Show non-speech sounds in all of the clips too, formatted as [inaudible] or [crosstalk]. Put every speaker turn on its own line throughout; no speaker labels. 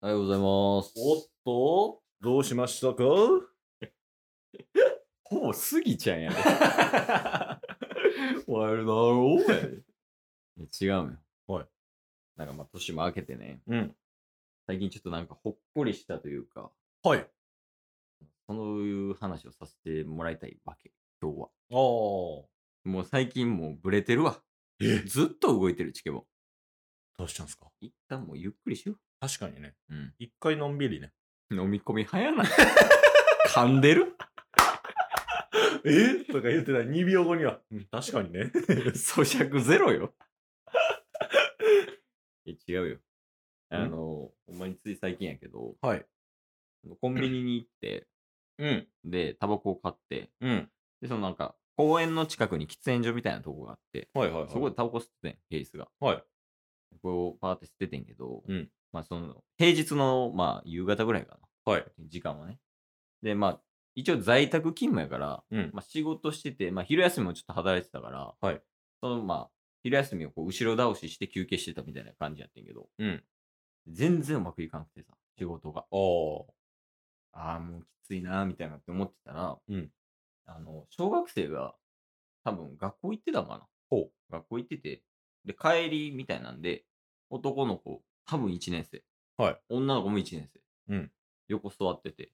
ありがとうござい
おっと、どうしましたか
[laughs] ほぼスギちゃんや
[laughs]
で。
ワイルド
[laughs]
なろ
いや違うよ。
はい。
なんかまあ、年も明けてね、
うん。
最近ちょっとなんかほっこりしたというか、
はい。あ
そういう話をさせてもらいたいわけ、今日は。
あ。
もう最近もうブレてるわ。
え
ずっと動いてる、チケボ。
どうしたんすか
一旦もうゆっくりしよ
確かにね。
う。うん。
一回のんびりね。
飲み込み早ない。 [laughs] 噛んでる [laughs]
えとか言ってた2秒後には。うん、確かにね。
咀嚼ゼロよ。 [laughs] え、違うよ。あの、ほんまについ最近やけど、
はい。
コンビニに行って、
うん。
で、タバコを買って、
うん。
で、そのなんか、公園の近くに喫煙所みたいなとこがあって、
はいはいはい。
そこでタバコ吸ってん、平日が。
はい。
こう、パーって吸っててんけど、
うん
まあ、その、平日の、まあ、夕方ぐらいかな。
はい。
時間はね。で、まあ、一応在宅勤務やから、
うん
まあ、仕事してて、まあ、昼休みもちょっと働いてたから、
はい。
その、まあ、昼休みをこう後ろ倒しして休憩してたみたいな感じやってんけど、
うん
全然うまくいかなくてさ、仕事が。
ああ。
ああ、もうきついなーみたいなって思ってたら、
うん
あの、小学生が多分学校行ってたんかな。
ほう
学校行ってて、で、帰りみたいなんで、男の子、多分1年生。
はい。
女の子も1年生。
うん
横座ってて、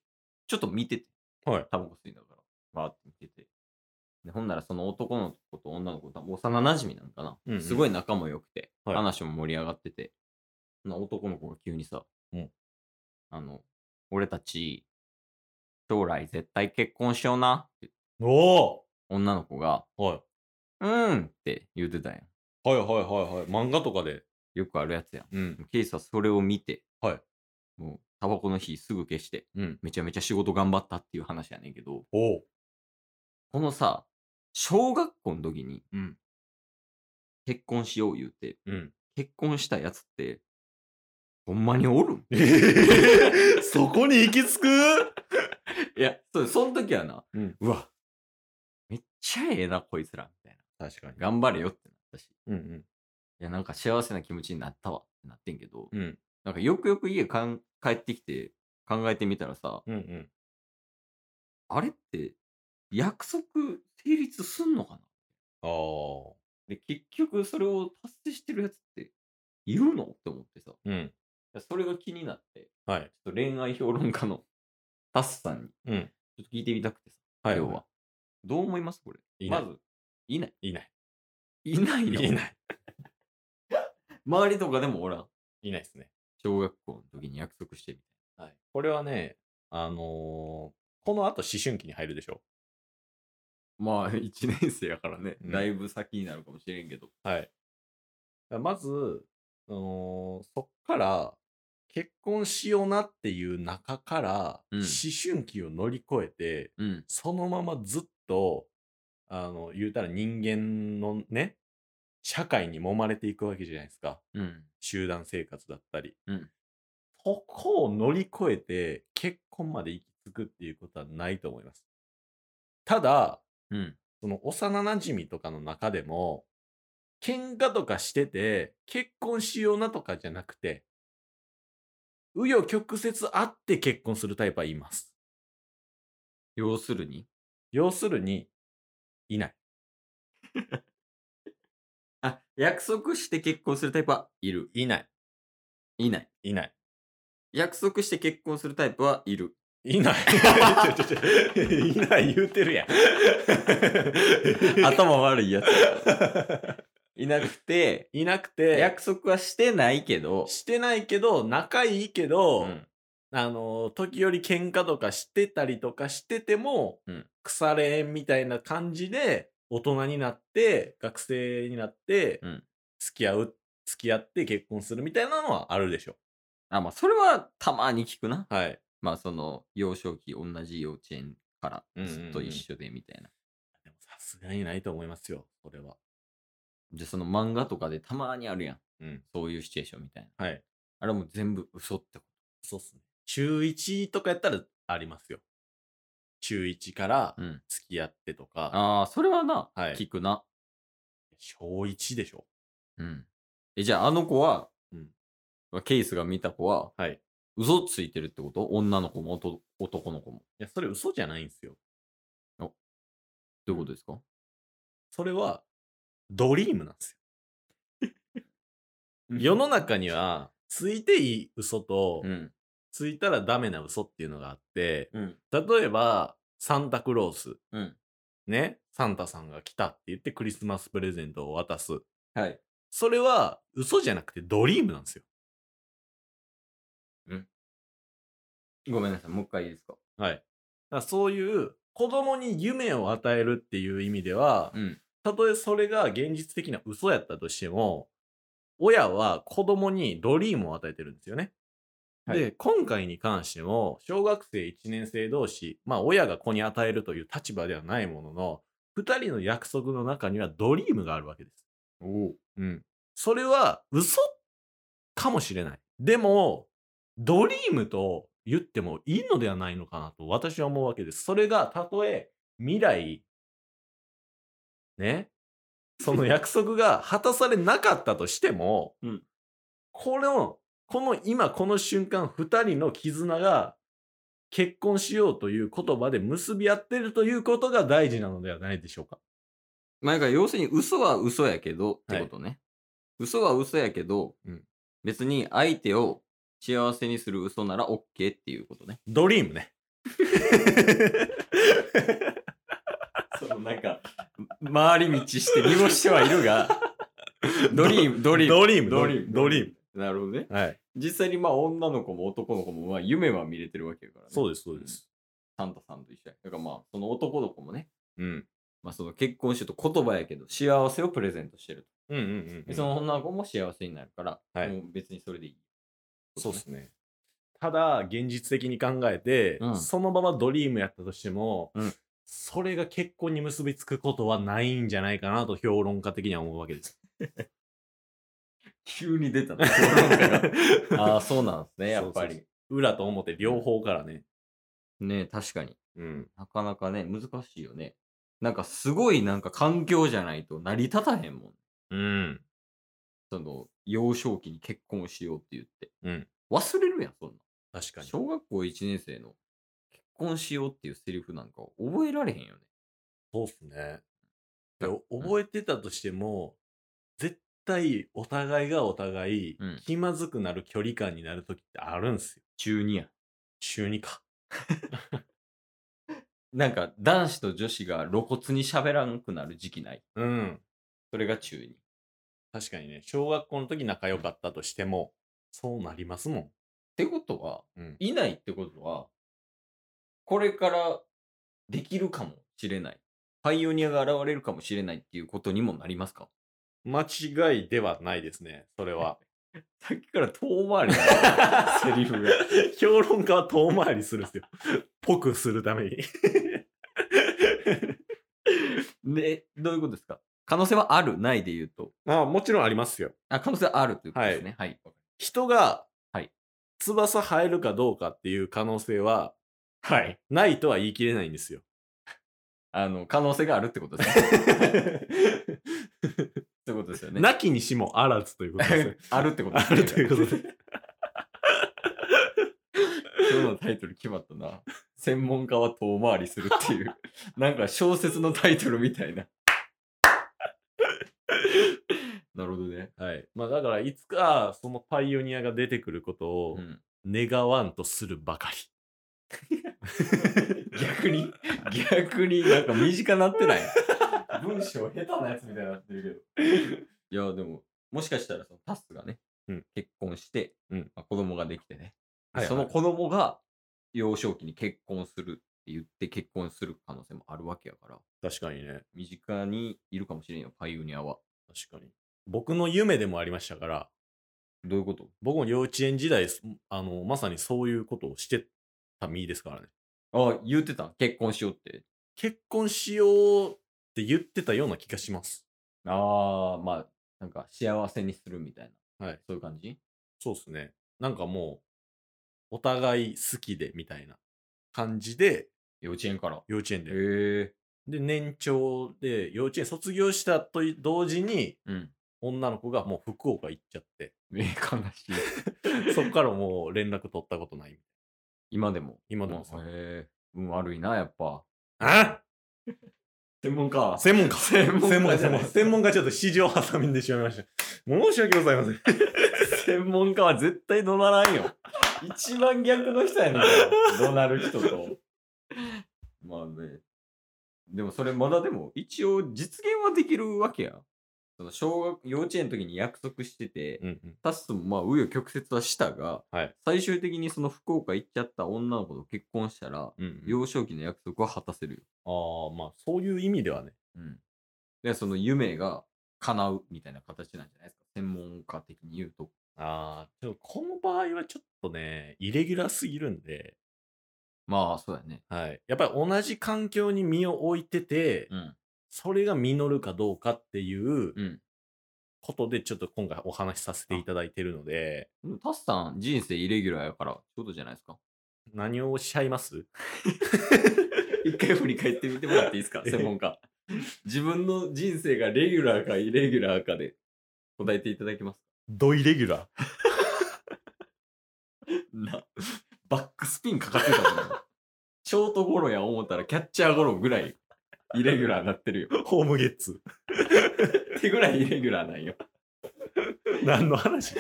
ちょっと見てて。
はい。
タバコ吸いながら、わーって見てて。で、ほんならその男の子と女の子、多分幼馴染なんかな。
うんうん
すごい仲も良くて、
はい
話も盛り上がってて。な男の子が急にさ、
うん
あの、俺たち、将来絶対結婚しようなって
お
女の子が、
おはい。
うんって言ってたんやん。
はいはいはいはい。漫画とかで。
よくあるやつやん。
うん。
ケイスはそれを見て、
はい
もう、タバコの火すぐ消して、
うん。
めちゃめちゃ仕事頑張ったっていう話やねんけど、
おお。
このさ、小学校の時に
うん。
結婚しよう言うて、
うん。
結婚したやつって、ほんまにおるん
[laughs] そこに行き着く
いや、そう、その時はな、
うん
わ、めっちゃええな、こいつら、みたいな。
確かに。
頑張れよってなったし、
うんうん。
いや、なんか幸せな気持ちになったわってなってんけど、
うん。
なんかよくよく家かん帰ってきて考えてみたらさ、
うんうん。
あれって約束成立すんのかな
ああ。
で、結局それを達成してるやつっているのって思ってさ、い
うん。
やそれが気になって、
はい。
ちょっと恋愛評論家 [laughs] のタスさんに
うん。
ちょっと聞いてみたくてさ、
はい。
今日は。どう思いますこれ。
いない
まず、いない。
いない。
いないの
いない。
[laughs] 周りとかでもおらん。
いないですね。
小学校の時に約束してみ
はい。これはね、あのーこの後思春期に入るでしょ。
まあ、1年生やからね、
うん
だいぶ先になるかもしれんけど。
はい。だからまず、あのーそっから、結婚しようなっていう中から、
うん
思春期を乗り越えて、
うん。
そのままずっと、あの、言うたら人間のね、社会に揉まれていくわけじゃないですか。
うん。
集団生活だったり。
うん
そこを乗り越えて、結婚まで行き着くっていうことはないと思います。ただ、
うん。
その幼馴染とかの中でも、喧嘩とかしてて、結婚しようなとかじゃなくて、紆余曲折あって結婚するタイプはいます。
要するに
要するに、いない。
あ、約束して結婚するタイプはいる。
いない。
いない。
いない。
約束して結婚するタイプはい [laughs] る。
いない。ちょちょちょいない言うて
[laughs]
るやん。
頭悪いやつ。 [laughs] いなくて、
いなくて、
約束はしてないけど、
してないけど、仲いいけど、
うん
あの、時折喧嘩とかしてたりとかしてても、
うん
腐れ縁みたいな感じで、大人になって、学生になって、
うん
付き合う、付き合って結婚するみたいなのはあるでしょ。
あ、まあ、それはたまに聞くな。
はい。
まあ、その、幼少期、同じ幼稚園からずっと一緒でみたいな。
でもさすがにないと思いますよ、それは。
で、その漫画とかでたまにあるやん。
うん。
そういうシチュエーションみたいな。
はい。
あれも全部嘘ってこ
そうっすね。中1とかやったらありますよ。中1から
と。うん。
付き合ってとか、
ああ、それはな、
はい
聞くな。
小1でしょ。
うん。え、じゃああの子は、
うん
まあケースが見た子は、
はい。
嘘ついてるってこと女の子も男男の子も。
や、それ嘘じゃないんですよ。
どういうことですか
それは、ドリームなんですよ。世の中には、ついていい嘘と、
うん。
ついたらダメな嘘っていうのがあって、
うん。
例えば、サンタクロース。
うん。
ね。サンタさんが来たって言ってクリスマスプレゼントを渡す。
はい。
それは嘘じゃなくてドリームなんですよ。
ごめんなさい。もう一回いいですか
はい。だからそういう子供に夢を与えるっていう意味では、
うん。
たとえそれが現実的な嘘やったとしても、親は子供にドリームを与えてるんですよね。
はい
で、今回に関しても、小学生1年生同士、まあ親が子に与えるという立場ではないものの、2人の約束の中にはドリームがあるわけです。
お
うん。それは嘘かもしれない。でも、ドリームと言ってもいいのではないのかなと私は思うわけです。それがたとえ未来、ね、その約束が果たされなかったとしても、
うん
この、この今この瞬間二人の絆が結婚しようという言葉で結び合ってるということが大事なのではないでしょうか。
まあ、だから要するに嘘は嘘やけどってことね。嘘は嘘やけど、
うん
別に相手を幸せにする嘘なら OK っていうことね。
ドリー
[laughs]
ムね。
そのなん [laughs] か、回り道 [laughs] して利用してはいるが、ドリーム、ドリーム。
ドリーム、ドリーム。
ム。なるほどね。
はい。
実際にまあ女の子も男の子もまあ夢は見れてるわけだからね。
そう
う
です、そうです。
サンタさんと一緒や。だからまあその男の子もね、
うん。
まあその結婚してると言葉やけど幸せをプレゼントしてると。
うんうんう
で
ん。
その女の子も幸せになるから、
はい
もう別にそれでいい。
そうですね。ただ、現実的に考えて、
うん
そのままドリームやったとしても、
うん
それが結婚に結びつくことはないんじゃないかなと評論家的には思うわけです。
急に出たな。 [laughs] ああ、そうなんですね、やっぱ
そう
り。
裏と表両方からね。
ね確かに。
うん。
なかなかね、難しいよね。なんかすごいなんか環境じゃないと成り立たへんもん。
うん。
その、幼少期に結婚しようって言って。
うん
忘れるやん、そんなん。
確かに。
小学校1年生の結婚しようっていうセリフなんか覚えられへんよね。
そうっすね。で
うん
覚えてたとしても、絶対お互いがお互い
うん
気まずくなる距離感になる時ってあるんすよ。
中2や。
中2か。
なんか男子と女子が露骨に喋らんくなる時期ない。
うん。
それが中2。
確かにね、小学校の時仲良かったとしても、そうなりますも
ってことは、
ん。うん。
いないってことは、これからできるかもしれない。パイオニアが現れるかもしれないっていうことにもなりますか [laughs]
間違いではないですね、それは。
さっきから遠回りなセリフが。
[laughs] 評論家は遠回りするんですよ。ぽくするために。
で、どういうことですか可能性はある、ないで言うと。
あもちろんあり [laughs] ますよ。
あ、可能性はあるということですね。はい。
人が、
はい
翼生えるかどうかっていう可能性は、
はい。
ないとは言い切れないん [laughs] ですよ。
あの、可能性があるってことですね。ってことですよね。
なきにしもあらずということですよ
[laughs] あるってこと
[laughs] あるということで。
今日のタイトル決まったな。専門家は遠回りするって
[laughs]
いう。なんか小説のタイトルみたいな。 [laughs] なるほどね。
[laughs] はい。まあだから、いつか、そのパイオニアが出てくることを
うん、
願わんとするばかり。
逆に、逆になんか身近なってない文章下手なやつみたいになってるけど。いや、でも、もしかしたらそのタスがね、
うん
結婚して、
うん
まあ子供ができてね、
はい
その子供が幼少期に結婚するって言って結婚する可能性もあるわけやから、
確かにね。
身近にいるかもしれんよ、パイオニアは。
確かに。僕の夢でもありましたから、
どういうこと
僕も幼稚園時代、すあの、まさにそういうことをしてた身ですからね。
あ、言ってた結婚しようって。
結婚しようって言ってたような気がします。
ああ、まあ、なんか幸せにするみたいな。
はい。
そういう感じ
そうですね。なんかもう、お互い好きでみたいな感じで、
幼稚園から。
幼稚園
へ
で。
え。
で、年長で、幼稚園卒業したとい同時に、
うん。 [laughs]
女の子がもう福岡行っちゃって、
え、悲しい。
そっからもう連絡取ったことない。
今でも。
今でも
あへえ。運悪いな、やっぱ。
あ
専門家。
専門家。
専門家
専門家。
じゃ
専
ない
門家専門家ちょっと市場挟みんでしまいました。申し訳ございません。
[laughs] 専門家は絶対怒鳴らんよ。一番逆の人やねんから。怒鳴る人と。まあね。でもそれまだでも一応実現はできるわけや。その小学、幼稚園の時に約束してて、
うんうん
タスともまあ紆余曲折はしたが、
はい
最終的にその福岡行っちゃった女の子と結婚したら、
うんうん。
幼少期の約束は果たせるよ。
ああ、まあそういう意味ではね。
うん。で、その夢が叶うみたいな形なんじゃないですか。専門家的に言うと。
ああ、でもこの場合はちょっとね、イレギュラーすぎるんで、
まあ、そうだよね。
はい。やっぱり同じ環境に身を置いてて、
うん。
それが実るかどうかっていう
うん。
ことで、ちょっと今回お話しさせていただいてるので、
でもタスさん、人生イレギュラーやから、ちょうどじゃないですか。
何をおっしゃいます
一回振り返ってみてもらっていいです [laughs] か
専門
家。自分の人生がレギュラーかイレギュラーかで答えていただけます
ドイレギュラ
な、バックスピンかかってたもんな [laughs] ショートゴロや思ったらキャッチャーゴロぐらいイレギュラーなってる [laughs] よ。
ー、ホームゲッツ。
ってぐらいイレギュラーなんよ。
何の [laughs] 話
い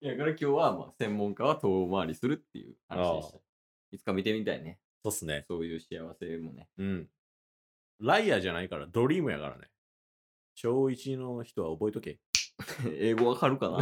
や、だから今日はまあ専門家は遠回りするっていう話でした。いつか見てみたいね。
そうっすね。
そういう幸せも [laughs] ね。
うん。ライアーじゃないから、ドリームやからね。小一の人は覚えとけ。
英語わかるかな